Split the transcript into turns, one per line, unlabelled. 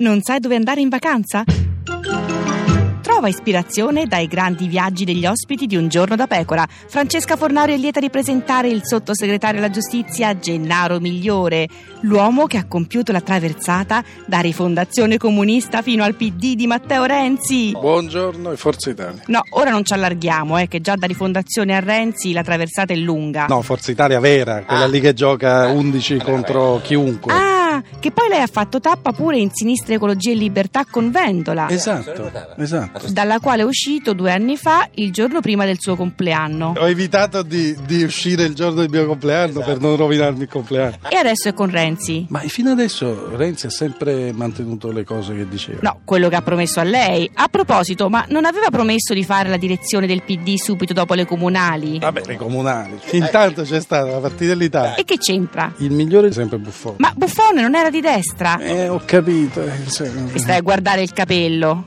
Non sai dove andare in vacanza? Trova ispirazione dai grandi viaggi degli ospiti di Un giorno da pecora. Francesca Fornario è lieta di presentare il sottosegretario alla giustizia Gennaro Migliore, l'uomo che ha compiuto la traversata da rifondazione comunista fino al PD di Matteo Renzi.
Buongiorno e Forza Italia.
No, ora non ci allarghiamo, eh, che già da rifondazione a Renzi la traversata è lunga.
No, Forza Italia Ah. vera, quella lì che gioca 11 contro chiunque.
Ah, che poi lei ha fatto tappa pure in Sinistra Ecologia e Libertà con Vendola.
Esatto, esatto.
dalla quale è uscito due anni fa, il giorno prima del suo compleanno.
Ho evitato di, di uscire il giorno del mio compleanno
Esatto.
per non rovinarmi il compleanno.
E adesso è con Renzi.
Ma fino adesso Renzi ha sempre mantenuto le cose che diceva.
No, quello che ha promesso a lei. A proposito, ma non aveva promesso di fare la direzione del PD subito dopo le comunali?
Vabbè, le comunali. Intanto c'è stata la partita dell'Italia.
E che c'entra?
Il migliore è sempre Buffon.
Eh. Ma Buffone non era di destra?
Eh, ho capito. eh, sì.
Mi stai a guardare il capello.